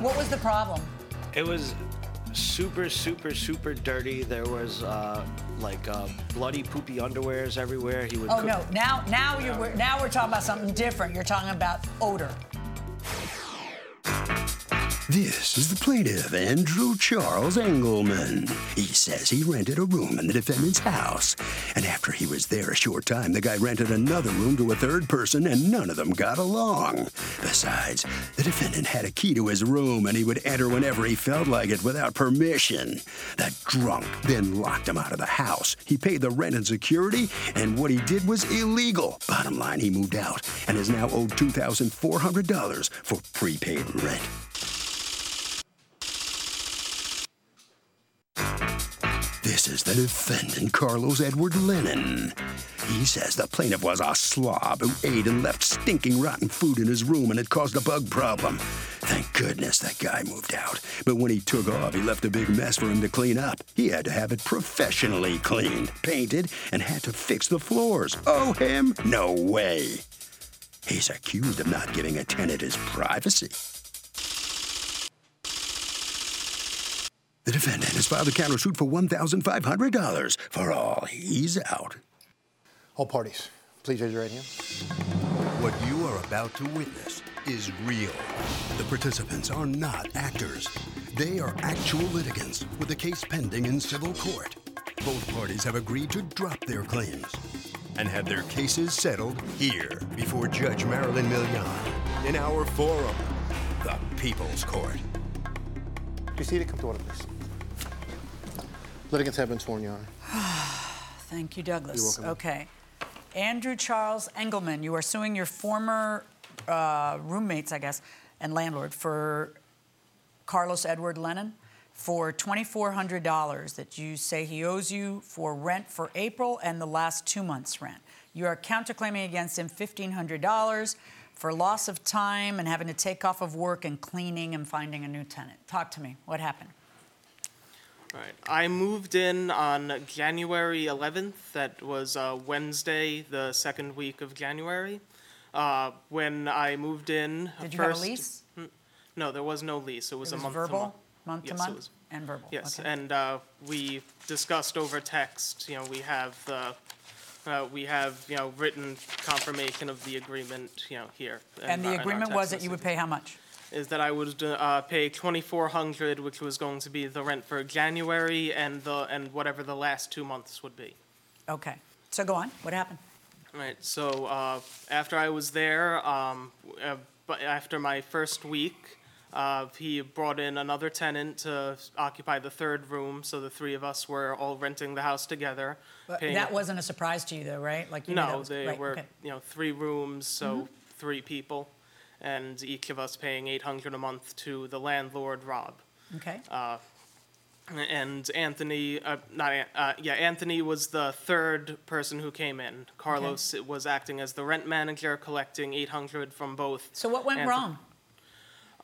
What was the problem? It was super, super, super dirty. There was uh, like uh, bloody, poopy underwears everywhere. He would. Oh cook- no! Now, now you're we're- now we're talking about something different. You're talking about odor. This is the plaintiff, Andrew Charles Engelman. He says he rented a room in the defendant's house. And after he was there a short time, the guy rented another room to a third person, and none of them got along. Besides, the defendant had a key to his room, and he would enter whenever he felt like it without permission. The drunk then locked him out of the house. He paid the rent and security, and what he did was illegal. Bottom line, he moved out and is now owed $2,400 for prepaid rent. This is the defendant, Carlos Edward Lennon. He says the plaintiff was a slob who ate and left stinking rotten food in his room and it caused a bug problem. Thank goodness that guy moved out. But when he took off, he left a big mess for him to clean up. He had to have it professionally cleaned, painted, and had to fix the floors. Oh, him? No way. He's accused of not giving a tenant his privacy. The defendant has filed a countersuit for $1,500 for all he's out. All parties, please raise your right hand. What you are about to witness is real. The participants are not actors. They are actual litigants with a case pending in civil court. Both parties have agreed to drop their claims and have their cases settled here before Judge Marilyn Millian in our forum, the People's Court. Be seated, come to order, please. Litigants have been sworn, Your Honor. Thank you, Douglas. Okay, Andrew Charles Engelman, you are suing your former uh, roommates, I guess, and landlord for Carlos Edward Lennon for twenty-four hundred dollars that you say he owes you for rent for April and the last two months' rent. You are counterclaiming against him fifteen hundred dollars for loss of time and having to take off of work and cleaning and finding a new tenant. Talk to me. What happened? All right. I moved in on January 11th. That was uh, Wednesday, the second week of January. Uh, when I moved in, Did first, Hmm? you have a lease? No, there was no lease. It was It a was month to month. verbal, month to Yes, it month, was. and verbal. Yes, Okay. and uh, we discussed over text. You know, we have uh, uh, we have you know written confirmation of the agreement. You know, here. And our- the our agreement text was that you would messages. pay how much? Is that I would uh, pay twenty four hundred, which was going to be the rent for January and the and whatever the last two months would be. Okay. So go on. What happened? Right. So uh, after I was there, um, w- uh, bu- after my first week, uh, he brought in another tenant to s- occupy the third room. So the three of us were all renting the house together. paying- that wasn't a surprise to you, though, right? Like you knew that no, was, they right, were okay. Mm-hmm. you know three rooms, so three people, and each of us paying eight hundred a month to the landlord, Rob. Okay. Uh, and Anthony, uh, not An- uh, yeah, Anthony was the third person who came in. Carlos was acting as the rent manager, collecting eight hundred from both. so what went Anth- wrong?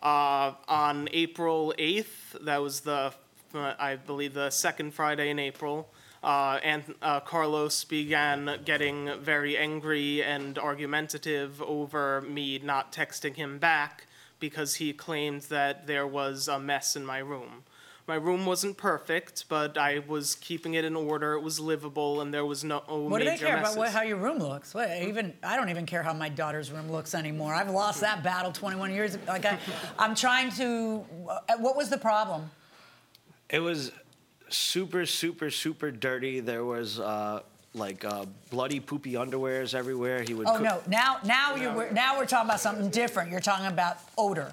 Uh, on April eighth, that was the, uh, I believe, the second Friday in April. Uh, and uh, Carlos began getting very angry and argumentative over me not texting him back because he claimed that there was a mess in my room. My room wasn't perfect, but I was keeping it in order. It was livable, and there was no What do major they care messes. about what, how your room looks? What, even I don't even care how my daughter's room looks anymore. I've lost that battle 21 years. Like I, I'm trying to. uh, What was the problem? It was super, super, super dirty. There was uh, like uh, bloody, poopy underwears everywhere. He would Oh cook no! Now, now you're we're- now we're talking about something different. You're talking about odor.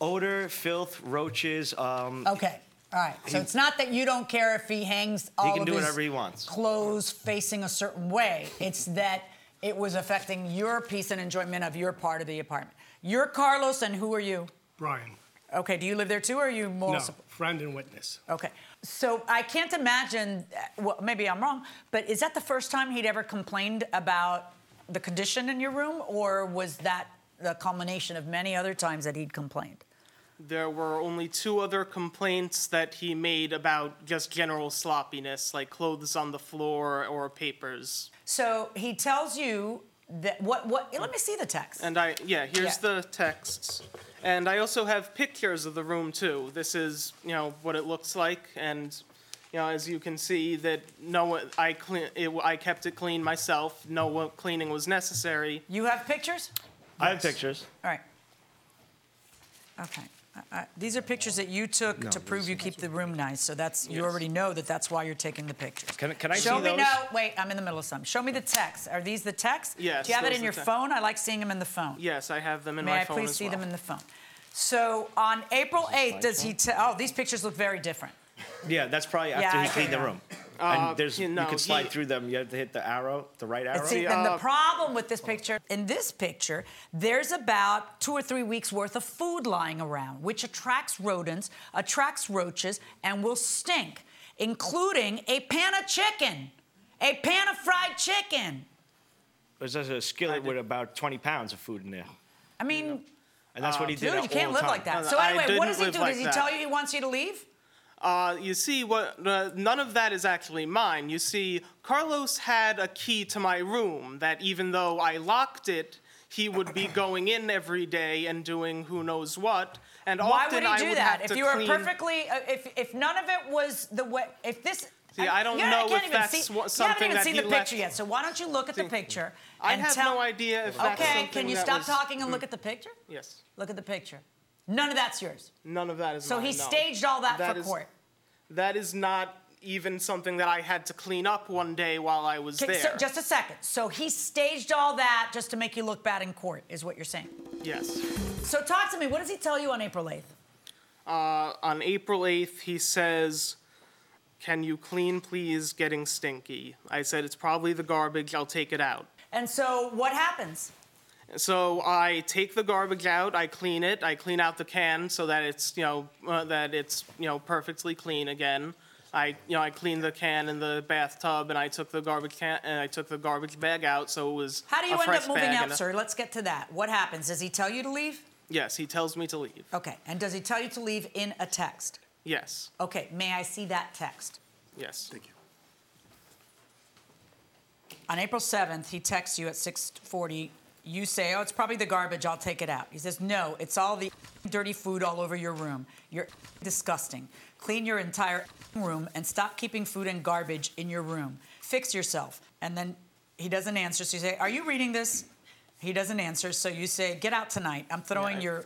odor, filth, roaches. Um, Okay. All right. So it's not that you don't care if he hangs all can of do his whatever he wants. clothes facing a certain way. It's that it was affecting your peace and enjoyment of your part of the apartment. You're Carlos, and who are you? Brian. Okay. Do you live there too, or are you moral No, support? friend and witness. Okay. So I can't imagine. uh, Well, maybe I'm wrong, but is that the first time he'd ever complained about the condition in your room, or was that the culmination of many other times that he'd complained? There were only two other complaints that he made about just general sloppiness, like clothes on the floor or papers. So he tells you that what what? Let me see the text. And I, yeah, here's Yeah. the texts. And I also have pictures of the room too. This is, you know, what it looks like, and you know, as you can see, that no, one- I clean, it, I kept it clean myself. No one- cleaning was necessary. you have pictures. I have pictures. All right. Okay. I- I- These are pictures that you took to prove you keep the room nice. So that's you already know that that's why you're taking the pictures. Can, can I Show see me those? no. Wait, I'm in the middle of something. Show me the text. Are these the texts? Yes, Do you have it those in are your the text. phone? I like seeing them in the phone. Yes, I have them in May my I phone please as see well. them in the phone? So on April 8th, does he tell? Oh, these pictures look very different. Yeah, that's probably after Yeah, he I cleaned the can- room. and there's Uh, you you, know, can slide he- through them. You have to hit the arrow, the right arrow. See, and the problem with this picture, in this picture, there's about two or three weeks worth of food lying around, which attracts rodents, attracts roaches, and will stink, including a pan of chicken, a pan of fried chicken. There's just a skillet with about 20 pounds of food in there, I mean, and that's what he did. dude, you can't all live the like time. that. So Uh, I anyway, what didn't does he live do? like does he that. tell you he wants you to leave? Uh, you see, what? Uh, none of that is actually mine. You see, Carlos had a key to my room that, even though I locked it, he would be going in every day and doing who knows what. And Why often would he I do would that? have If to you were clean- perfectly, uh, if if none of it was the way, if this. See, I don't you know can't if even that's see, what- You something haven't even that seen he the left- picture yet, so why don't you look at the picture? I and have tell- no idea if that's Okay, something can you that stop was- talking and look at the picture? Yes, Look at the picture. None of that's yours. none of that is. So he mine, no. staged all that, for is- court. That is not even something that I had to clean up one day while I was Okay, there. so- just a second. So he staged all that just to make you look bad in court, is what you're saying. yes. So talk to me. What does he tell you on April 8th? Uh, on April 8th, he says, Can you clean, please? Getting stinky. I said, It's probably the garbage. I'll take it out. And so what happens? So I take the garbage out, I clean it, I clean out the can so that it's, you know, uh, that it's, you know, perfectly clean again. I, you know, I cleaned the can in the bathtub and I took the garbage can and I took the garbage bag out so it was How do you a end fresh up moving bag out, and a- sir? Let's get to that. What happens? Does he tell you to leave? Yes, he tells me to leave. Okay. And does he tell you to leave in a text? Yes. Okay. May I see that text? Yes. Thank you. On April 7th, he texts you at 6:40. You say, "Oh, it's probably the garbage. I'll take it out." He says, "No, it's all the dirty food all over your room. You're disgusting. Clean your entire room and stop keeping food and garbage in your room. Fix yourself." And then he doesn't answer. So you say, "Are you reading this?" He doesn't answer. So you say, "Get out tonight. I'm throwing your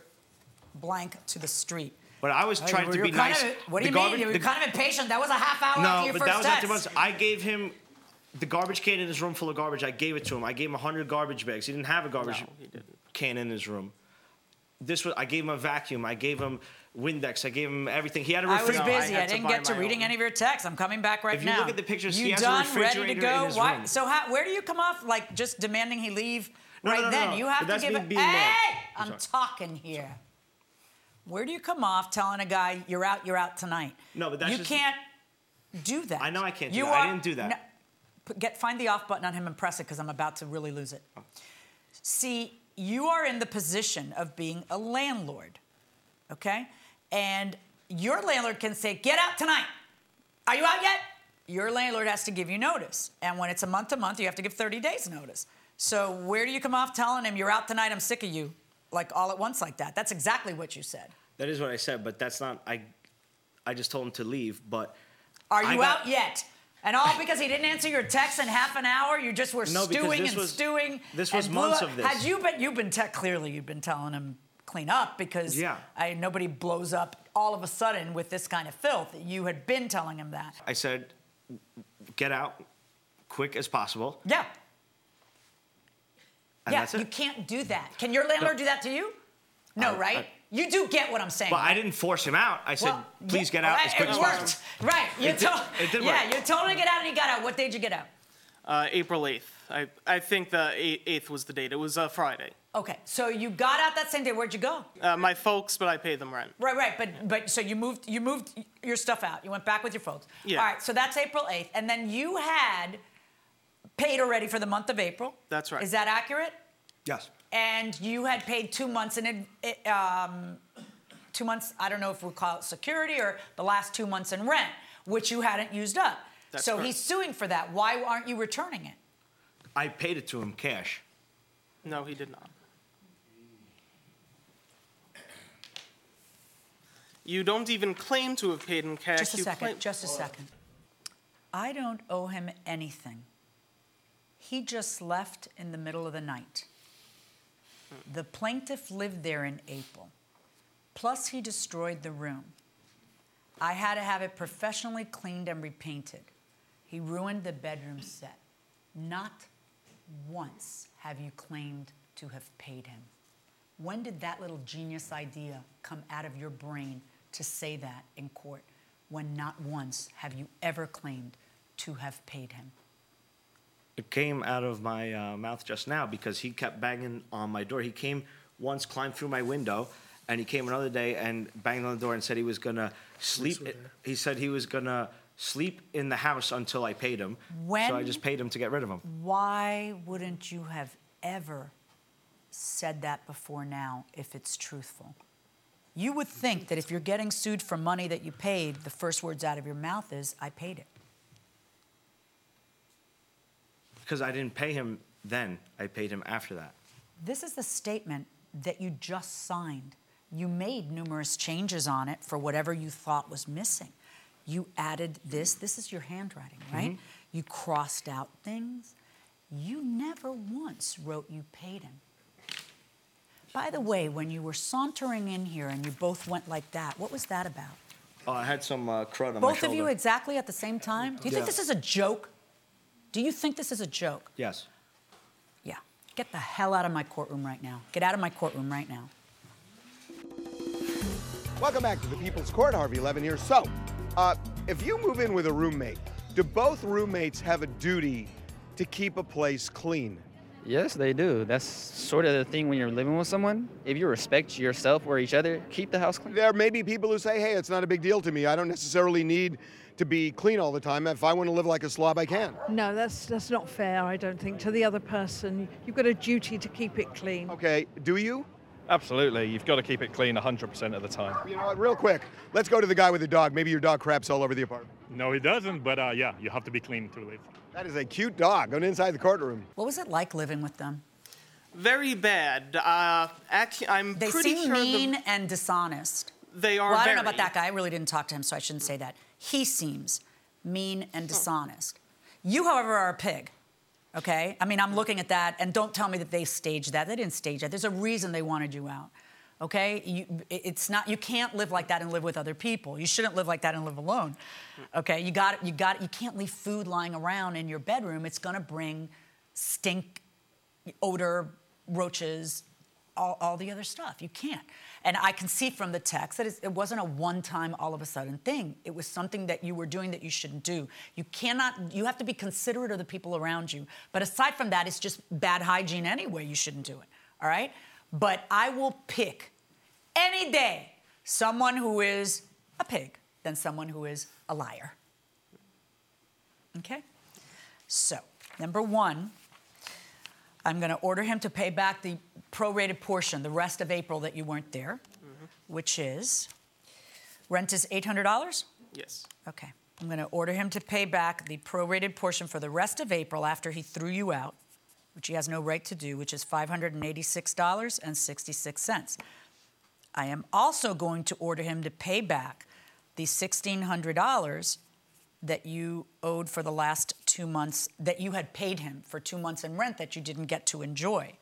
blank to the street." But I was trying to You're be kind nice. of- what do The you garbage- mean? You were the- kind of impatient. That was a half hour after No, your but first that was after text. months. I gave him the garbage can in his room full of garbage. I gave it to him. I gave him 100 garbage bags. He didn't have a garbage can in his room. This was I gave him a vacuum. I gave him Windex. I gave him everything. He had a I was refrigerator. No, I busy. had I, to didn't buy get to my reading own. any of your texts. I'm coming back right If you now. look at the pictures, you he has a done, ready to refrigerator go. in his Why? room. So how, where do you come off like just demanding he leave No, no, right no, then? no. You have But that's to give me it. being hey, mad. I'm talking here. Where do you come off telling a guy you're out, you're out tonight? No, but that's you just- can't do that. I know I can't do you that. I are- didn't do that. no, p- get find the off button on him and press it because I'm about to really lose it. Oh. See, you are in the position of being a landlord, okay? And your landlord can say, "Get out tonight." Are you out yet? Your landlord has to give you notice, and when it's a month to month, you have to give 30 days notice. So where do you come off telling him you're out tonight? I'm sick of you, like all at once like that. That's exactly what you said. That is what I said, but that's not. I I just told him to leave, but Are I you got- out yet? And all because he didn't answer your text in half an hour. You just were No, because stewing this and was- stewing. this and was blew months up. of this. Had you been, you've been te- clearly you've been telling him clean up because Yeah. I, nobody blows up all of a sudden with this kind of filth. You had been telling him that. I said, get out quick as possible. Yeah, And yeah. that's it. You can't do that. Can your landlord do that to you? No, I- right? I- you do get what I'm saying. But I right? didn't force him out. I said, Well, please yeah, get out right, as quick it as worked. possible. Right. You It did- told- it did yeah, work. you told him to get out and he got out. What day'd you get out? Uh, April 8th. I, I think the ei- 8th was the date. It was a Friday. Okay. So you got out that same day. Where'd you go? Uh, my folks, but I paid them rent. Right, right. But but so you moved you moved your stuff out. You went back with your folks. Yeah. All right. So that's April eighth, and then you had paid already for the month of April. That's right. Is that accurate? Yes. And you had paid two months in ad- it, um, two months. I don't know if we call it security or the last two months in rent, which you hadn't used up. That's so correct. he's suing for that. Why aren't you returning it? I paid it to him cash. No, he did not. You don't even claim to have paid in cash. Just a You second. claim- just a second. I don't owe him anything. He just left in the middle of the night. The plaintiff lived there in April. Plus, he destroyed the room. I had to have it professionally cleaned and repainted. He ruined the bedroom set. Not once have you claimed to have paid him. When did that little genius idea come out of your brain to say that in court when not once have you ever claimed to have paid him? It came out of my uh, mouth just now because he kept banging on my door. He came once, climbed through my window, and he came another day and banged on the door and said he was gonna sleep. He said he was gonna sleep in the house until I paid him. So I When- just paid him to get rid of him. Why wouldn't you have ever said that before now if it's truthful? You would think that if you're getting sued for money that you paid, the first words out of your mouth is, I paid it. Because I didn't pay him then, I paid him after that. This is the statement that you just signed. You made numerous changes on it for whatever you thought was missing. You added this. This is your handwriting, right? Mm-hmm. You crossed out things. You never once wrote you paid him. By the way, when you were sauntering in here and you both went like that, what was that about? Oh, I had some uh, crud on my Both of shoulder. you exactly at the same time? Do you think Yeah. this is a joke? Do you think this is a joke? yes. Yeah. Get the hell out of my courtroom right now. Get out of my courtroom right now. Welcome back to the People's Court, Harvey Levin here. So, uh, if you move in with a roommate, do both roommates have a duty to keep a place clean? Yes, they do. That's sort of the thing when you're living with someone. If you respect yourself or each other, keep the house clean. There may be people who say, hey, it's not a big deal to me. I don't necessarily need to be clean all the time. If I want to live like a slob, I can. No, that's that's not fair. I don't think to the other person. You've got a duty to keep it clean. Okay, do you? Absolutely, you've got to keep it clean 100% of the time. You know what, real quick, let's go to the guy with the dog. Maybe your dog craps all over the apartment. No, he doesn't, but uh, yeah, you have to be clean to live. That is a cute dog going inside the courtroom. What was it like living with them? Very bad. Uh, actually, I'm They pretty seem sure the- mean and dishonest. they are. well, I don't know very. about that guy. I really didn't talk to him, so I shouldn't say that. He seems mean and dishonest. You, however, are a pig. Okay? I mean, I'm looking at that, and don't tell me that they staged that. They didn't stage that. There's a reason they wanted you out. Okay? You, it- it's not. You can't live like that and live with other people. You shouldn't live like that and live alone. Okay? You got. You got. You can't leave food lying around in your bedroom. It's gonna bring stink odor, roaches, all, all the other stuff. You can't. And I can see from the text that it's- it wasn't a one time, all of a sudden thing. It was something that you were doing that you shouldn't do. You cannot, you have to be considerate of the people around you. But aside from that, it's just bad hygiene anyway. You shouldn't do it. All right? But I will pick any day someone who is a pig than someone who is a liar. Okay? So, number one, I'm going to order him to pay back the prorated portion, the rest of April that you weren't there, Mm-hmm. which is rent is $800. Yes. Okay. I'm going to order him to pay back the prorated portion for the rest of April after he threw you out, which he has no right to do, which is $586.66. I am also going to order him to pay back the $1,600 that you owed for the last two months, that you had paid him for two months in rent that you didn't get to enjoy.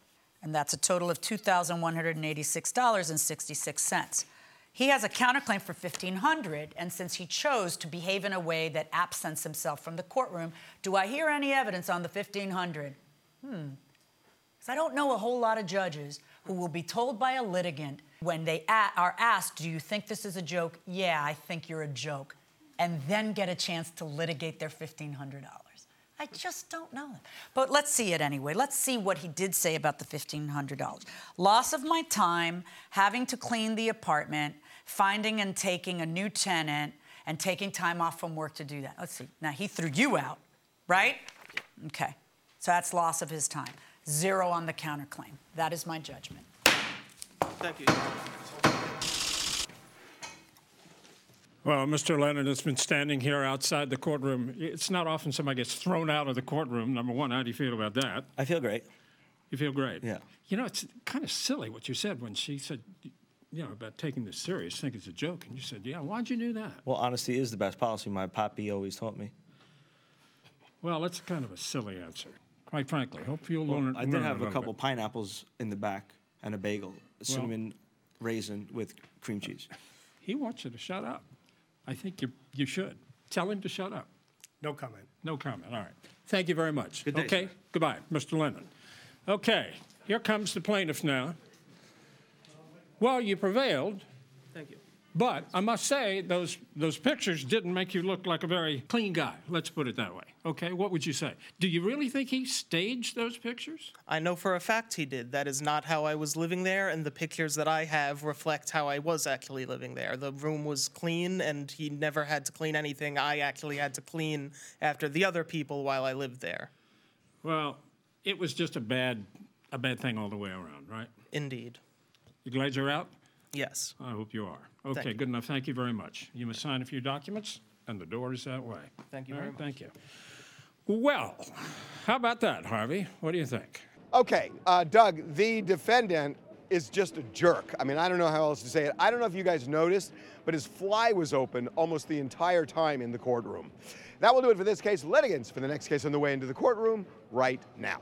And that's a total of $2,186.66. He has a counterclaim for 1500 and since he chose to behave in a way that absents himself from the courtroom, do I hear any evidence on the 1500? Hmm. Because I don't know a whole lot of judges who will be told by a litigant when they a- are asked, Do you think this is a joke? Yeah, I think you're a joke. And then get a chance to litigate their $1,500. I just don't know. But let's see it anyway. Let's see what he did say about the $1,500. Loss of my time, having to clean the apartment, finding and taking a new tenant, and taking time off from work to do that. Let's see. Now, he threw you out, right? Okay. So that's loss of his time. Zero on the counterclaim. That is my judgment. Thank you. Well, Mr. Leonard has been standing here outside the courtroom. It's not often somebody gets thrown out of the courtroom. Number one, how do you feel about that? I feel great. You feel great. Yeah. You know, it's kind of silly what you said when she said, you know, about taking this serious, think it's a joke, and you said, yeah. Why'd you do that? Well, honesty is the best policy. My papi always taught me. Well, that's kind of a silly answer, quite frankly. Hope you'll Well, learn. I did learn have a little couple pineapples in the back and a bagel, cinnamon raisin with cream cheese. bit. He wants you to shut up. I think you you should tell him to shut up. No comment. No comment. All right. Thank you very much. Good day, okay. Goodbye, Mr. Lennon. Okay. Here comes the plaintiff now. Well, you prevailed, Thank you. but I must say those those pictures didn't make you look like a very clean guy. Let's put it that way. Okay. What would you say? Do you really think he staged those pictures? I know for a fact he did. That is not how I was living there, and the pictures that I have reflect how I was actually living there. The room was clean, and he never had to clean anything. I actually had to clean after the other people while I lived there. Well, it was just a bad a bad thing all the way around, right? Indeed. You glad you're out? Yes. I hope you are. Thank Okay, you. good enough. Thank you very much. You must sign a few documents, and the door is that way. Thank you All very right, Thank you. Well, how about that, Harvey? What do you think? Okay, uh, Doug, the defendant is just a jerk. I mean, I don't know how else to say it. I don't know if you guys noticed, but his fly was open almost the entire time in the courtroom. That will do it for this case. Litigants for the next case on the way into the courtroom right now.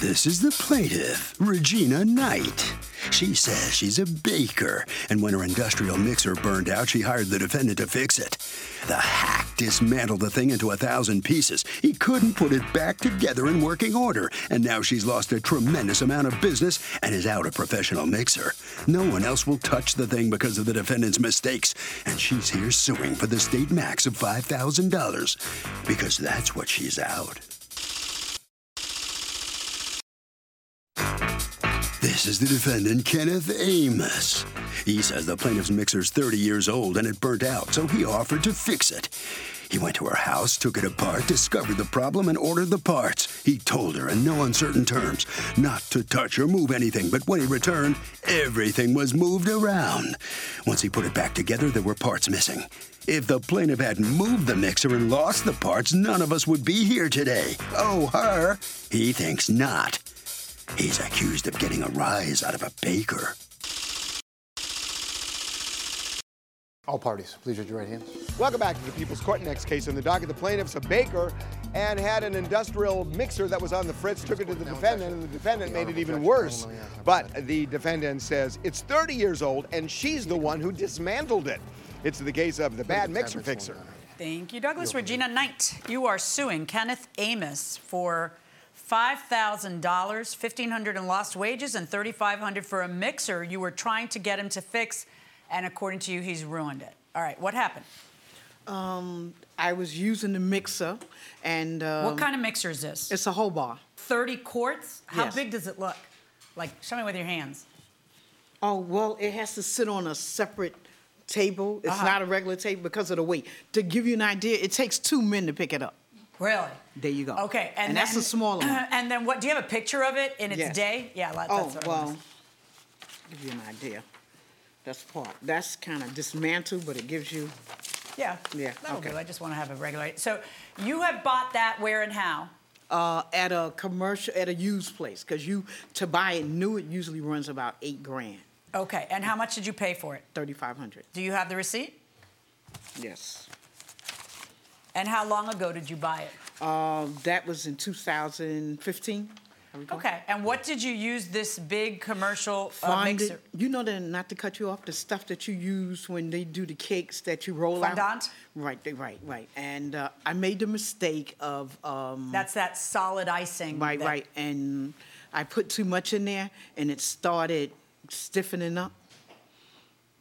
This is the plaintiff, Regina Knight. She says she's a baker, and when her industrial mixer burned out, she hired the defendant to fix it. The hack dismantled the thing into a thousand pieces. He couldn't put it back together in working order, and now she's lost a tremendous amount of business and is out a professional mixer. No one else will touch the thing because of the defendant's mistakes, and she's here suing for the state max of $5,000 because that's what she's out. This is the defendant, Kenneth Amos. He says the plaintiff's mixer's 30 years old and it burnt out, so he offered to fix it. He went to her house, took it apart, discovered the problem, and ordered the parts. He told her in no uncertain terms not to touch or move anything, but when he returned, everything was moved around. Once he put it back together, there were parts missing. If the plaintiff hadn't moved the mixer and lost the parts, none of us would be here today. Oh, her? He thinks not. He's accused of getting a rise out of a baker. All parties, please raise your right hands. Welcome back to the People's Court. Next case on the docket, the plaintiff's a baker and had an industrial mixer that was on the fritz, took it to the defendant, and the defendant made it even worse. But the defendant says it's 30 years old and she's the one who dismantled it. It's the case of the bad mixer fixer. Thank you, Douglas. Regina Knight, you are suing Kenneth Amos for $5,000, $1,500 in lost wages, and $3,500 for a mixer you were trying to get him to fix, and according to you, he's ruined it. All right, what happened? Um, I was using the mixer, and um, what kind of mixer is this? It's a whole bar. 30 quarts? How Yes. big does it look? Like, show me with your hands. Oh, well, it has to sit on a separate table. It's Uh-huh. not a regular table because of the weight. To give you an idea, it takes two men to pick it up. Really? There you go. Okay, and, that's then, a small one. And then what? Do you have a picture of it in its Yes. day? Yeah, that- that's Oh, what I well, wanna- give you an idea. That's part. That's kind of dismantled, but it gives you. yeah, Yeah, That'll okay. do. I just want to have a regular. So you have bought that where and how? Uh, at a commercial, at a used place, because you to buy it new, it usually runs about eight grand, Okay, and how much did you pay for it? thirty five hundred. Do you have the receipt? Yes. And how long ago did you buy it? Um, that was in two thousand fifteen. Okay, and what did you use this big commercial uh, Fondant, mixer? you know, the, not to cut you off, the stuff that you use when they do the cakes that you roll out. Fondant? Right, they- right, right. And uh, I made the mistake of. Um, That's that solid icing. Right, that- right. And I put too much in there and it started stiffening up.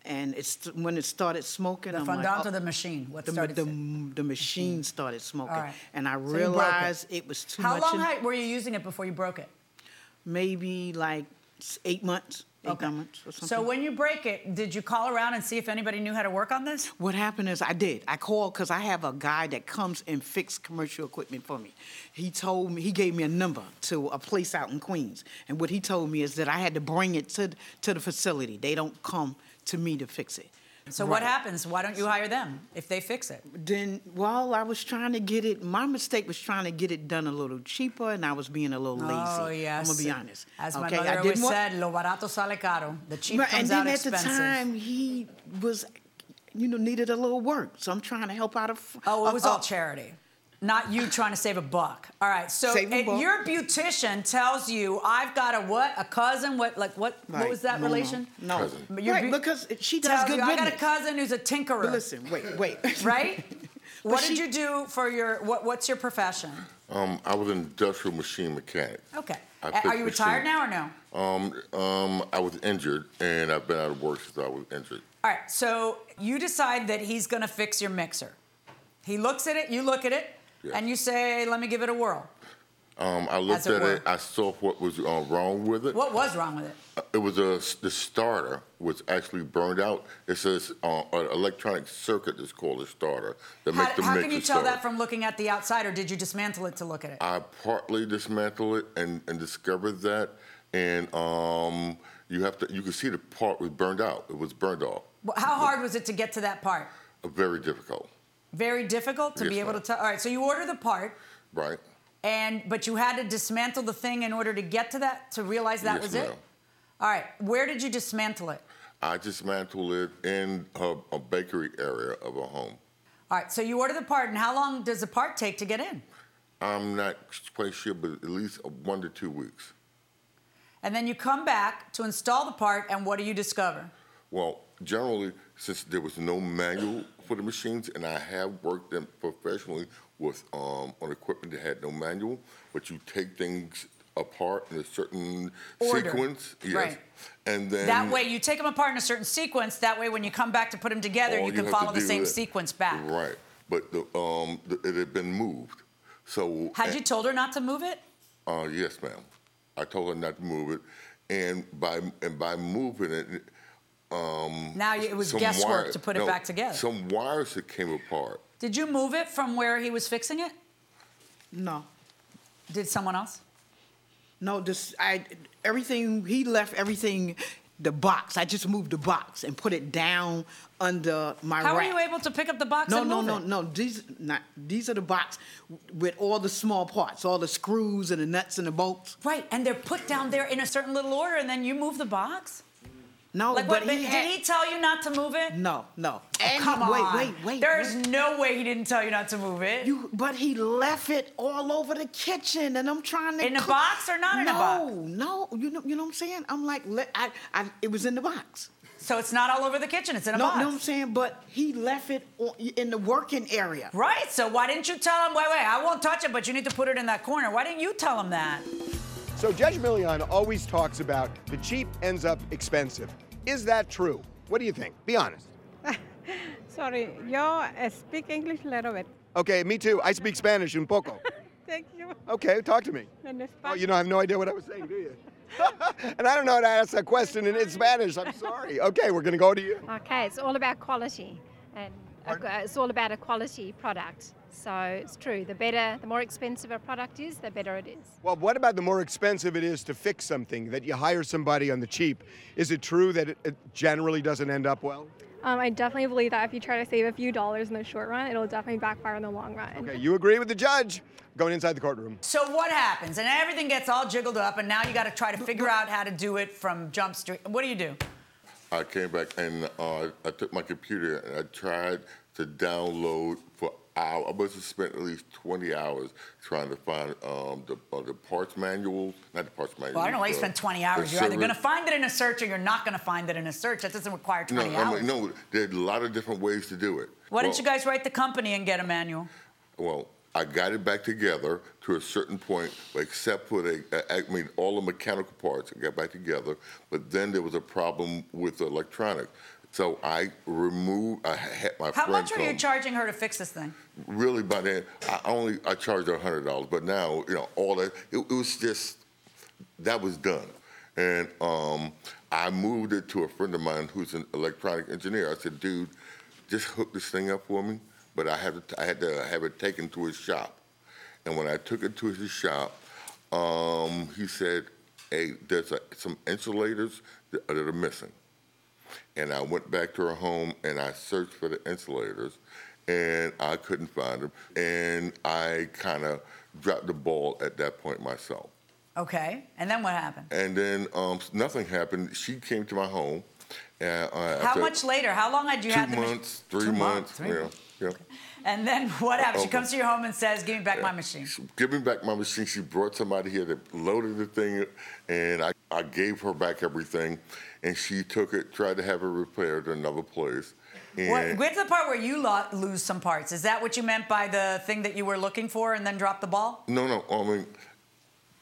And it's when it started smoking. The I'm like, fondant oh. or the machine? What the, ma- started the, it? m- the machine started smoking. All right. And I So you broke it. realized it. was too How much. long in- had- were you using it before you broke it? Maybe like s- eight months, eight Okay. nine months or something. So when you break it, did you call around and see if anybody knew how to work on this? What happened is I did. I called because I have a guy that comes and fix commercial equipment for me. He told me he gave me a number to a place out in Queens, and what he told me is that I had to bring it to to the facility. They don't come to me to fix it. So what Right. happens? Why don't you hire them if they fix it? Then while I was trying to get it, my mistake was trying to get it done a little cheaper, and I was being a little lazy. Oh yes. I'm gonna be honest. As my Okay, I mother didn't always want- said, "Lo barato sale caro." The cheap Right, comes and then out at expensive. the time he was, you know, needed a little work, so I'm trying to help out a. fr- Oh, a- it was all a- charity. Not you trying to save a buck. All right, so Save a it- buck. your beautician tells you, "I've got a what? A cousin? What? Like what? What Right. was that No, no. relation? No. Cousin. Right, because she does tells good you, I got a business." cousin who's a tinkerer. But listen, wait, wait. right? But what she- did you do for your? What, what's your profession? Um, I was an industrial machine mechanic. Okay. I A- fix Are you retired machines. now or no? Um, um, I was injured, and I've been out of work since I was injured. All right, so you decide that he's gonna fix your mixer. He looks at it, you look at it, Yeah. and you say, let me give it a whirl. Um, I looked As it at were. it. I saw what was uh, wrong with it. Uh, What was wrong with it? It was a the starter was actually burned out. It says uh, an electronic circuit is called a starter that How, makes the how mixer can you tell start. that from looking at the outside, or did you dismantle it to look at it? I partly dismantled it and, and discovered that, and um, you have to you can see the part was burned out. It was burned off. Wh- How hard was it to get to that part? Very difficult, Very difficult to be Yes, able ma'am. to tell. All right, so you order the part, right? and but you had to dismantle the thing in order to get to that to realize that Yes, was it. ma'am. All right, where did you dismantle it? I dismantled it in a, a bakery area of a home. All right, so you order the part, and how long does the part take to get in? I'm not quite sure, but at least one to two weeks. And then you come back to install the part, and what do you discover? Well, generally, since there was no manual for the machines, and I have worked them professionally with um, on equipment that had no manual, but you take things apart in a certain Order. sequence, yes, Right. and then that way, you take them apart in a certain sequence. That way, when you come back to put them together, all you can have to follow the do same is- sequence back. Right, but the, um, the, it had been moved, so Had you told her not to move it? Uh, yes, ma'am. I told her not to move it, and by and by moving it, um, Now you- it was some guesswork wire- to put it no, back together. Some wires that came apart. Did you move it from where he was fixing it? No. Did someone else? No, this I everything he left everything the box. I just moved the box and put it down under my How were rack. you able to pick up the box no, and no, move no, it? no. These not these are the box with all the small parts, all the screws and the nuts and the bolts. Right, and they're put down there in a certain little order, and then you move the box. No, Like but what? he did had- he tell you not to move it? No, no. Oh, And come he- on. wait, wait, wait. There's no way he didn't tell you not to move it. You, but he left it all over the kitchen, and I'm trying to In a cook- box or not in a box? No, no. You know, you know what I'm saying? I'm like, let, I, I, it was in the box. So it's not all over the kitchen. It's in a no, box. know what I'm saying? But he left it on, in the working area. Right, so why didn't you tell him, wait, wait, I won't touch it, but you need to put it in that corner? Why didn't you tell him that? So Judge Million always talks about the cheap ends up expensive. Is that true? What do you think? Be honest. Sorry, yo uh, speak English a little bit. Okay, me too. I speak Spanish un poco. Thank you. Okay, talk to me. En Oh, España. you know, I have no idea what I was saying, do you? and I don't know how to ask that question in, in Spanish. I'm sorry. Okay, we're going to go to you. Okay, it's all about quality, and a- it's all about a quality product. So it's true. The better, the more expensive a product is, the better it is. Well, what about the more expensive it is to fix something that you hire somebody on the cheap? Is it true that it, it generally doesn't end up well? Um, I definitely believe that if you try to save a few dollars in the short run, it'll definitely backfire in the long run. Okay, you agree with the judge. Going inside the courtroom. So what happens? And everything gets all jiggled up, and now you got to try to figure out how to do it from Jump Street. What do you do? I came back and uh, I took my computer and I tried to download for hours. I must have spent at least 20 hours trying to find um, the, uh, the parts manual, not the parts manual. Well, I don't know why you the- spend 20 the hours. You're either service- going to find it in a search or you're not going to find it in a search. That doesn't require 20 no, I hours. mean, no, there's a lot of different ways to do it. Why well, don't you guys write the company and get a manual? Well, I got it back together to a certain point, except for the, I I mean, all the mechanical parts I got back together, but then there was a problem with the electronic. So I removed, I had my How friend much were you come. charging her to fix this thing? really by then I only I charged her a hundred dollars, but now you know all that it, it was just that was done, and um, I moved it to a friend of mine who's an electronic engineer. I said, dude, just hook this thing up for me, but I had to I had to have it taken to his shop, and when I took it to his shop, um, he said, hey, there's a, some insulators that, that are missing and I went back to her home and I searched for the insulators and I couldn't find them. And I kind of dropped the ball at that point myself. Okay. And then what happened? And then um, nothing happened. She came to my home. And, uh, How much later? How long had you two had the mach- months, three Two months, three months. yeah, yeah. And then what happened? She Oh. comes to your home and says, Give me back my machine. Give me back my machine. She brought somebody here that loaded the thing, and I, I gave her back everything, and she took it, tried to have it repaired in another place. And What, get to the part where you lo- lose some parts. Is that what you meant by the thing that you were looking for and then drop the ball? No, no. I mean,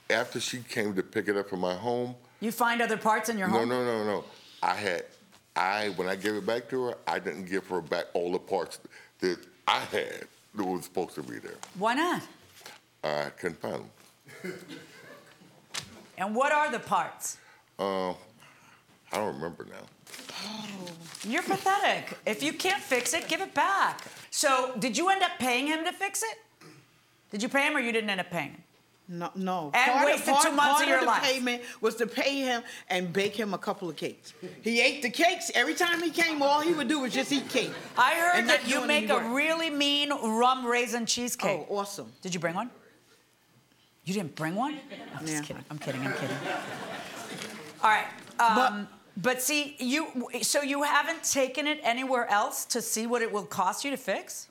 after she came to pick it up from my home, You find other parts in your no, home? no, no, no. I had, I when I gave it back to her, I didn't give her back all the parts that I had that was supposed to be there. Why not? I couldn't find them. And what are the parts? Uh, I don't remember now. Oh. You're pathetic. If you can't fix it, give it back. So, did you end up paying him to fix it? Did you pay him, or you didn't end up paying? him? No, no. And part wasted two part, months part of your the life. payment was to pay him and bake him a couple of cakes. He ate the cakes every time he came. All he would do was just eat cake. I heard And not that you doing make any a work. really mean rum raisin cheesecake. Oh, awesome! Did you bring one? You didn't bring one? I'm Yeah. just kidding. I'm kidding. I'm kidding. All right. Um, but, see, you so you haven't taken it anywhere else to see what it will cost you to fix.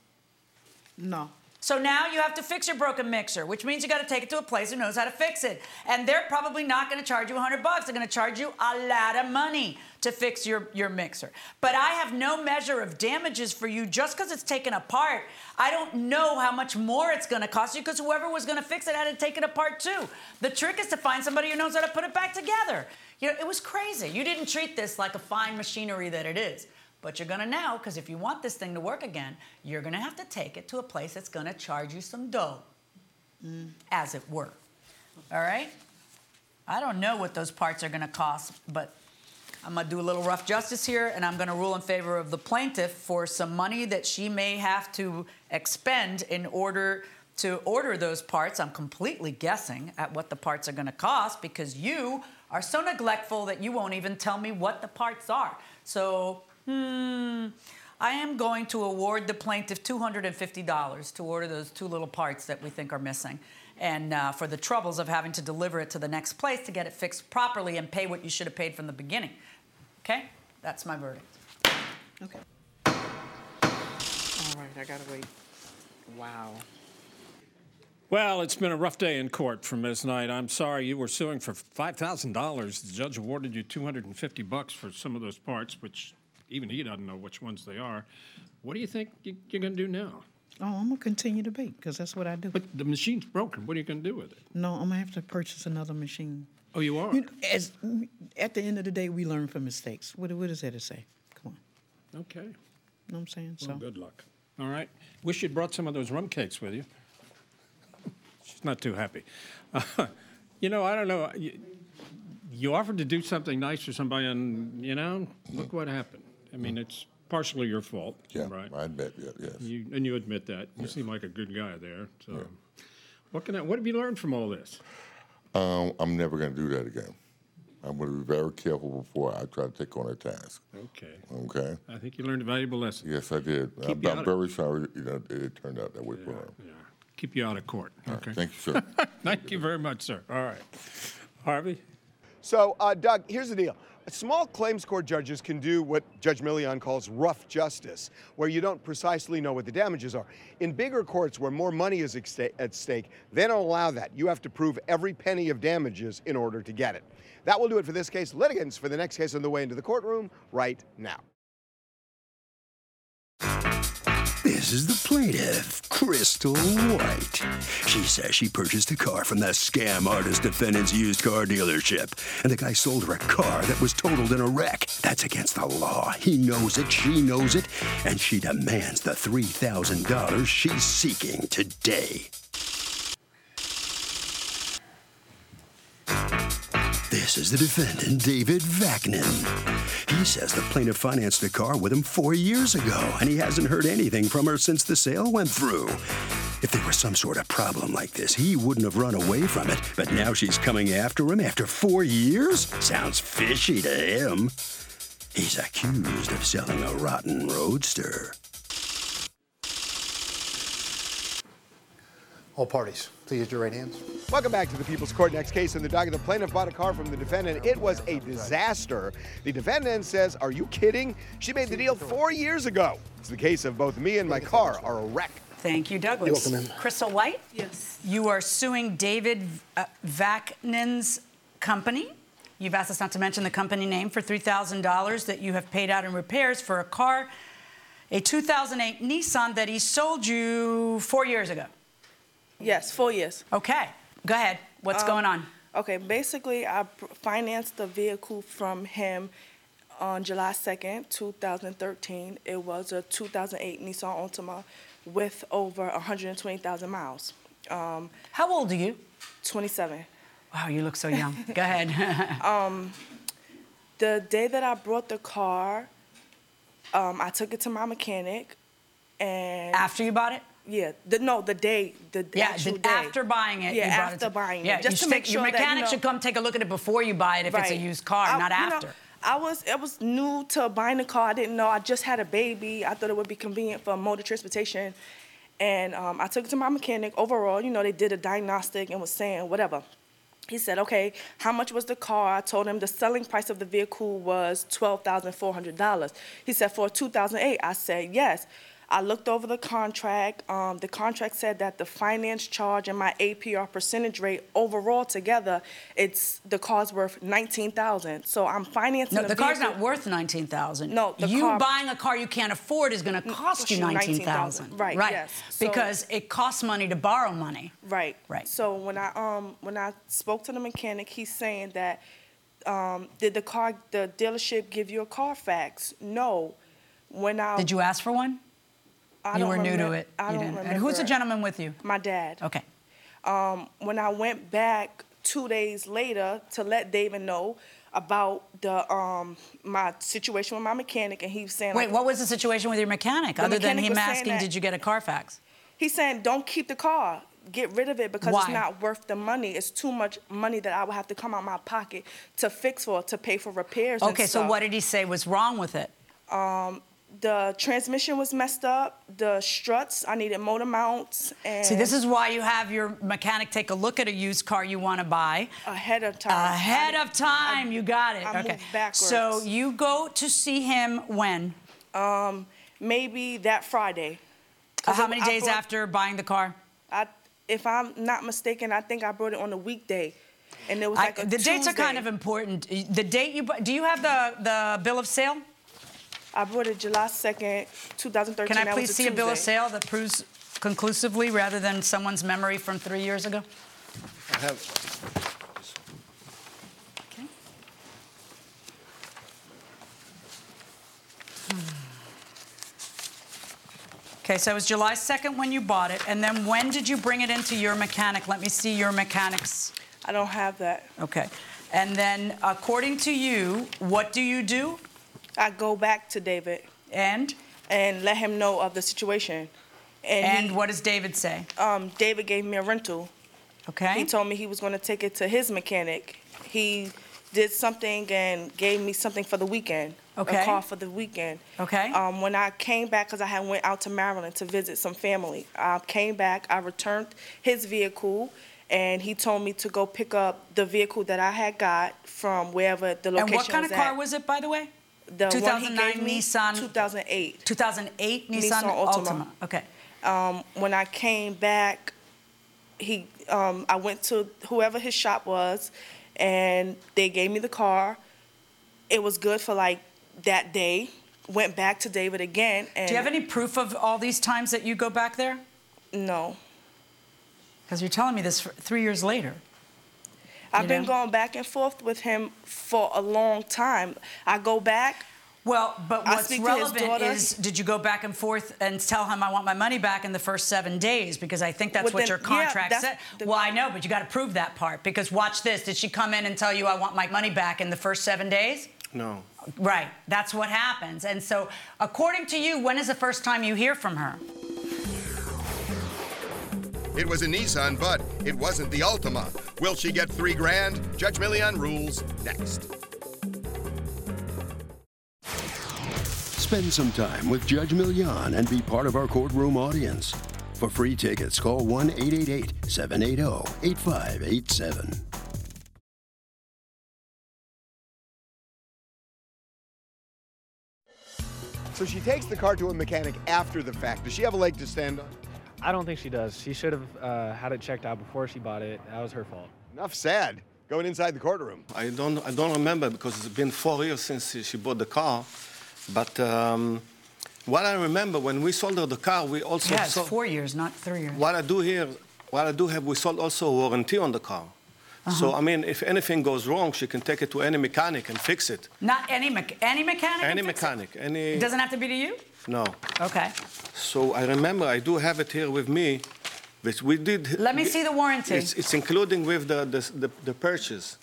No. So now you have to fix your broken mixer, which means you got to take it to a place who knows how to fix it. And they're probably not going to charge you 100 bucks. They're going to charge you a lot of money to fix your, your mixer. But I have no measure of damages for you just because it's taken apart. I don't know how much more it's going to cost you because whoever was going to fix it had to take it apart too. The trick is to find somebody who knows how to put it back together. You know, it was crazy. You didn't treat this like a fine machinery that it is. But you're gonna now, because if you want this thing to work again, you're gonna have to take it to a place that's gonna charge you some dough, as it were. All right? I don't know what those parts are gonna cost, but I'm gonna do a little rough justice here, and I'm gonna rule in favor of the plaintiff for some money that she may have to expend in order to order those parts. I'm completely guessing at what the parts are gonna cost because you are so neglectful that you won't even tell me what the parts are. So, hmm, I am going to award the plaintiff $250 to order those two little parts that we think are missing. And uh, for the troubles of having to deliver it to the next place to get it fixed properly and pay what you should have paid from the beginning. Okay? That's my verdict. All right, I gotta wait. Wow. Well, it's been a rough day in court for Ms. Knight. I'm sorry you were suing for $5,000. The judge awarded you 250 bucks for some of those parts, which even he doesn't know which ones they are. What do you think you- you're going to do now? Oh, I'm gonna continue to bake because that's what I do. But the machine's broken. What are you going to do with it? No, I'm gonna have to purchase another machine. Oh, you are? You know, as at the end of the day, we learn from mistakes. What what does that say? Come on. Okay. You know what I'm saying? Well, so good luck. All right. Wish you'd brought some of those rum cakes with you. She's not too happy. you know, I don't know. You, you offered to do something nice for somebody, and you know, look what happened. I mean, it's partially your fault, Yeah, right? I bet, yeah, yes. You, and you admit that. You seem like a good guy there. So, what can I, what have you learned from all this? Um, I'm never going to do that again. I'm going to be very careful before I try to take on a task. Okay. Okay. I think you learned a valuable lesson. Yes, I did. Keep I'm, you I'm out of- very sorry. You know, it, it turned out that way for him. Keep you out of court. Okay. Thank you, sir. Thank you very much, sir. All right. Harvey? So, uh, Doug, here's the deal. Small claims court judges can do what Judge Million calls rough justice, where you don't precisely know what the damages are. In bigger courts where more money is at sta- at stake, they don't allow that. You have to prove every penny of damages in order to get it. That will do it for this case. Litigants for the next case on the way into the courtroom right now. This is the plaintiff, Crystal White. She says she purchased a car from that scam artist defendant's used car dealership, and the guy sold her a car that was totaled in a wreck. That's against the law. He knows it, she knows it, and she demands the $3,000 she's seeking today. This is the defendant, David Vaknin. He says the plaintiff financed the car with him four years ago, and he hasn't heard anything from her since the sale went through. If there was some sort of problem like this, he wouldn't have run away from it, but now she's coming after him after four years? Sounds fishy to him. He's accused of selling a rotten roadster. All parties, please use your right hands. Welcome back to the People's Court. Next case in the docket, the plaintiff bought a car from the defendant. It was a disaster. The defendant says, Are you kidding? She made the deal four years ago. It's the case of both me and my car are a wreck. Thank you, Douglas. Crystal White? Yes. You are suing David uh, Vaknin's company. You've asked us not to mention the company name for $3,000 that you have paid out in repairs for a car, a 2008 Nissan that he sold you four years ago. Yes, four years. Okay, go ahead. What's Um, going on? Okay, basically, I pr- financed the vehicle from him on July 2nd, 2013. It was a 2008 Nissan Altima with over 120,000 miles. Um, How old are you? 27. Wow, you look so young. go ahead. um, the day that I brought the car, um, I took it to my mechanic, and after you bought it. Yeah, the, no, the day, the yeah, actual the- day. after buying it. Yeah, you brought after to- buying yeah, it, just to you should- make sure Your that, mechanic you know, should come take a look at it before you buy it if it's a Right. used car, I- not you know, after. I was it was new to buying a car. I didn't know. I just had a baby. I thought it would be convenient for motor transportation, and um, I took it to my mechanic. Overall, you know, they did a diagnostic and was saying whatever. He said, "Okay, how much was the car?" I told him the selling price of the vehicle was twelve thousand four hundred dollars. He said, "For two thousand eight, I said, "Yes." I looked over the contract. Um, the contract said that the finance charge and my APR percentage rate overall together, it's the car's worth nineteen thousand. So I'm financing. No, a the car's vehicle- not worth nineteen thousand. No, the Mm, you car- buying a car you can't afford is going to cost you nineteen thousand. Right, Right. yes. So- because it costs money to borrow money. Right. Right. So when I um when I spoke to the mechanic, he's saying that um did the car the dealership give you a Carfax? No. When I Did you ask for one? I you don't were new remem- to it. I You don't didn't. remember. And who's the it. gentleman with you? My dad. Okay. Um, when I went back two days later to let David know about the um my situation with my mechanic, and he was saying Wait, like, what was the situation with your mechanic? The Other than mechanic him was saying asking, that- did you get a Carfax? He's saying, don't keep the car. Get rid of it because it's Why? not worth the money. It's too much money that I would have to come out of my pocket to fix for, to pay for repairs. Okay, so what did he say was wrong with it? Um, the transmission was messed up. The struts. I needed motor mounts. And See, this is why you have your mechanic take a look at a used car you want to buy. Ahead of time. Ahead of time, you got it. I okay. moved backwards. So you go to see him when? Um, maybe that Friday. Uh, 'Cause how I- many I days brought- after buying the car? I, if I'm not mistaken, I think I brought it on a weekday, and it was like I- a the dates are kind Tuesday. of important. The date you bu- do you have the the bill of sale? I bought it July second, two thousand thirteen. Can I please see a bill of sale that proves conclusively rather than someone's memory from three years ago? I have. Okay, Okay, so it was July 2nd when you bought it, and then when did you bring it into your mechanic? Let me see your mechanics. I don't have that. Okay. And then, according to you, what do you do? I go back to David. And? And let him know of the situation. And, And he- what does David say? Um, David gave me a rental. Okay. He told me he was going to take it to his mechanic. He did something and gave me something for the weekend. Okay. A car for the weekend. Okay. Um, when I came back, because I had went out to Maryland to visit some family, I came back. I returned his vehicle, and he told me to go pick up the vehicle that I had got from wherever the location And what kind was of car at. was it, by the way? The one he 2009 gave me, Nissan. 2008. 2008 Nissan, Altima. Okay. Um, when I came back, he, um, I went to whoever his shop was, and they gave me the car. It was good for like that day. Went back to David again. And Do you have any proof of all these times that you go back there? No. Because you're telling me this for three years later. I've you been know? going back and forth with him for a long time. I go back. Well, but I what's speak to his relevant daughter. is did you go back and forth and tell him I want my money back in the first seven days? Because I think that's Well, what then- your yeah, contract that's said. well, I know, but you got to prove that part. Because watch this. Did she come in and tell you I want my money back in the first seven days? No. Right. That's what happens. And so, according to you, when is the first time you hear from her? It was a Nissan, but it wasn't the Altima. Will she get three grand? Judge Million rules next. Spend some time with Judge Millian and be part of our courtroom audience. For free tickets, call 1 888 780 8587. So she takes the car to a mechanic after the fact. Does she have a leg to stand on? I don't think she does. She should have uh, had it checked out before she bought it. That was her fault. Enough said. Going inside the courtroom. I don't, I don't remember because it's been four years since she bought the car. But um, what I remember when we sold her the car, we also yeah, it's sold. four years, not three years. What I do here, what I do have, we sold also a warranty on the car. So Uh-huh. I mean, if anything goes wrong, she can take it to any mechanic and fix it. Not any mech- any mechanic. any can fix mechanic, It any. It doesn't have to be to you. No. Okay. So I remember I do have it here with me, which we did. Let me see the warranty. It's, it's including with the, the, the, the purchase.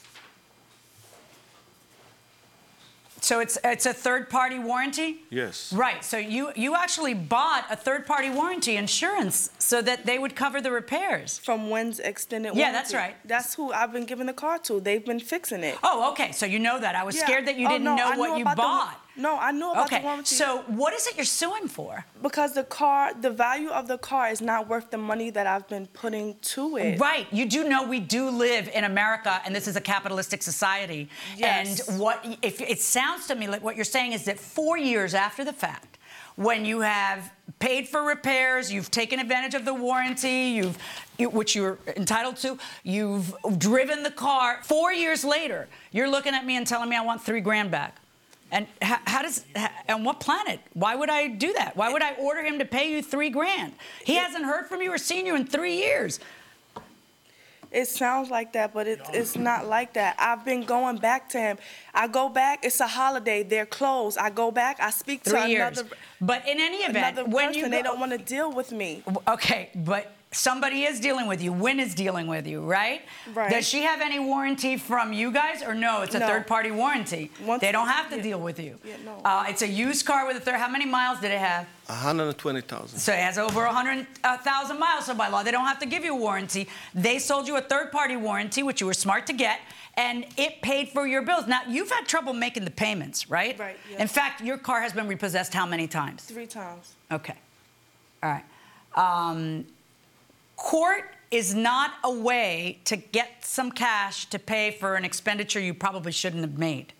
So it's it's a third party warranty. Yes. Right. So you you actually bought a third party warranty insurance so that they would cover the repairs. From when's extended Yeah, warranty. that's right. That's who I've been giving the car to. They've been fixing it. Oh, okay. So you know that. I was Yeah. scared that you Oh, didn't no, know I what knew you about the- bought. no, I know about the okay. warranty. So what is it you're suing for? Because the car, the value of the car is not worth the money that I've been putting to it. Right. You do know we do live in America, and this is a capitalistic society. Yes. And what if it sounds to me like what you're saying is that four years after the fact, when you have paid for repairs, you've taken advantage of the warranty, you've you, which you're entitled to, you've driven the car. Four years later, you're looking at me and telling me I want three grand back. And how, how does, how, on what planet? Why would I do that? Why would I order him to pay you three grand? He hasn't heard from you or seen you in three years. It sounds like that, but it, it's not like that. I've been going back to him. I go back. It's a holiday. They're closed. I go back. I speak to Three years. another. But in any event, another when person, you they go- don't want to deal with me. Okay, but somebody is dealing with you. Wynn is dealing with you, right? Right. Does she have any warranty from you guys, or no? It's a No. third-party warranty. they don't have to deal with you. uh, it's a used car with a third. How many miles did it have? 120,000. So it has over 100,000 miles. So by law, they don't have to give you a warranty. They sold you a third-party warranty, which you were smart to get, and it paid for your bills. Now you've had trouble making the payments, right? Right. In fact, your car has been repossessed how many times? Three times. Okay. All right. Um, court is not a way to get some cash to pay for an expenditure you probably shouldn't have made.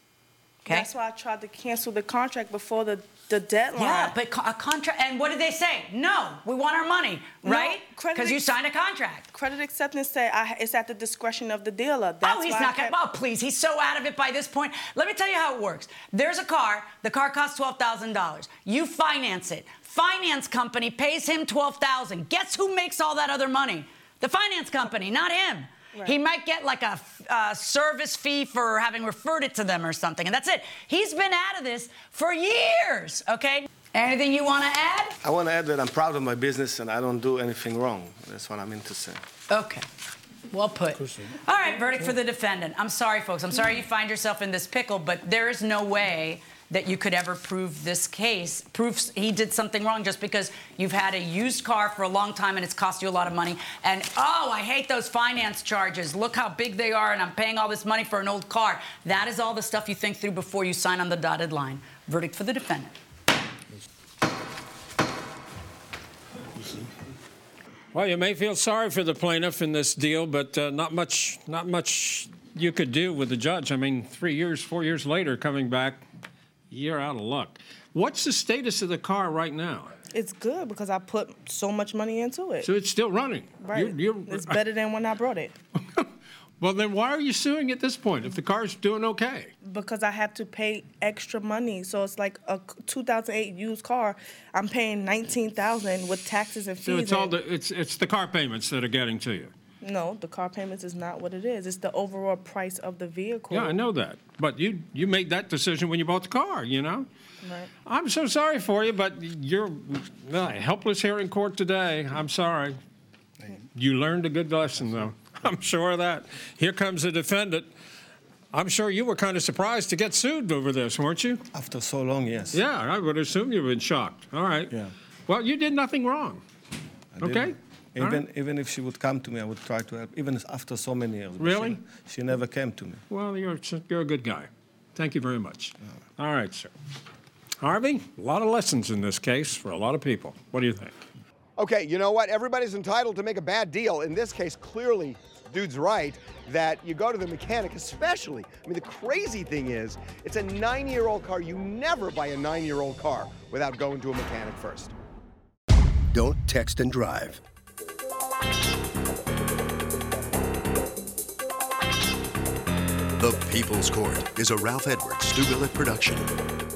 Okay. That's why I tried to cancel the contract before the, the deadline. Yeah, but co- a contract. And what did they say? No, we want our money, No, right? credit Because you ex- signed a contract. Credit acceptance said I, it's at the discretion of the dealer. That's Oh, he's why I not gonna. kept- Oh, please, he's so out of it by this point. Let me tell you how it works. There's a car. The car costs twelve thousand dollars. You finance it. Finance company pays him twelve thousand. Guess who makes all that other money? The finance company, not him. Right. He might get like a f- uh, service fee for having referred it to them or something, and that's it. He's been out of this for years. Okay. Anything you want to add? I want to add that I'm proud of my business and I don't do anything wrong. That's what I meant to say. Okay. Well put. All right, verdict for the defendant. I'm sorry, folks. I'm sorry you find yourself in this pickle, but there is no way that you could ever prove this case. Proofs he did something wrong just because you've had a used car for a long time and it's cost you a lot of money. And oh, I hate those finance charges. Look how big they are, and I'm paying all this money for an old car. That is all the stuff you think through before you sign on the dotted line. Verdict for the defendant. Well, you may feel sorry for the plaintiff in this deal, but uh, not much, not much you could do with the judge. I mean, three years, four years later, coming back, you're out of luck. What's the status of the car right now? It's good because I put so much money into it. So it's still running. right. You're- you're- uh, it's better than when I brought it well, then why are you suing at this point if the car's doing okay? because I have to pay extra money. So it's like a 2008 used car. I'm paying 19,000 with taxes and fees. So it's and- all the it's it's the car payments that are getting to you. No, the car payments is not what it is. It's the overall price of the vehicle. Yeah, I know that. But you you made that decision when you bought the car. You know. Right. I'm so sorry for you, but you're uh, helpless here in court today. I'm sorry. You learned a good lesson, though. I'm sure of that. Here comes the defendant. I'm sure you were kind of surprised to get sued over this, weren't you? After so long, yes. Yeah, I would assume you've been shocked. All right. Yeah. Well, you did nothing wrong. I okay. didn't. All right. Even, even if she would come to me, I would try to help, even after so many years. but she- Really? She never came to me. Well, you're, you're a good guy. Thank you very much. All right, sir. Harvey, a lot of lessons in this case for a lot of people. What do you think? Okay, you know what? Everybody's entitled to make a bad deal. In this case, clearly, dude's right that you go to the mechanic, especially. I mean, the crazy thing is, it's a nine year old car. You never buy a nine year old car without going to a mechanic first. Don't text and drive. The People's Court is a Ralph Edwards Stu Billick production.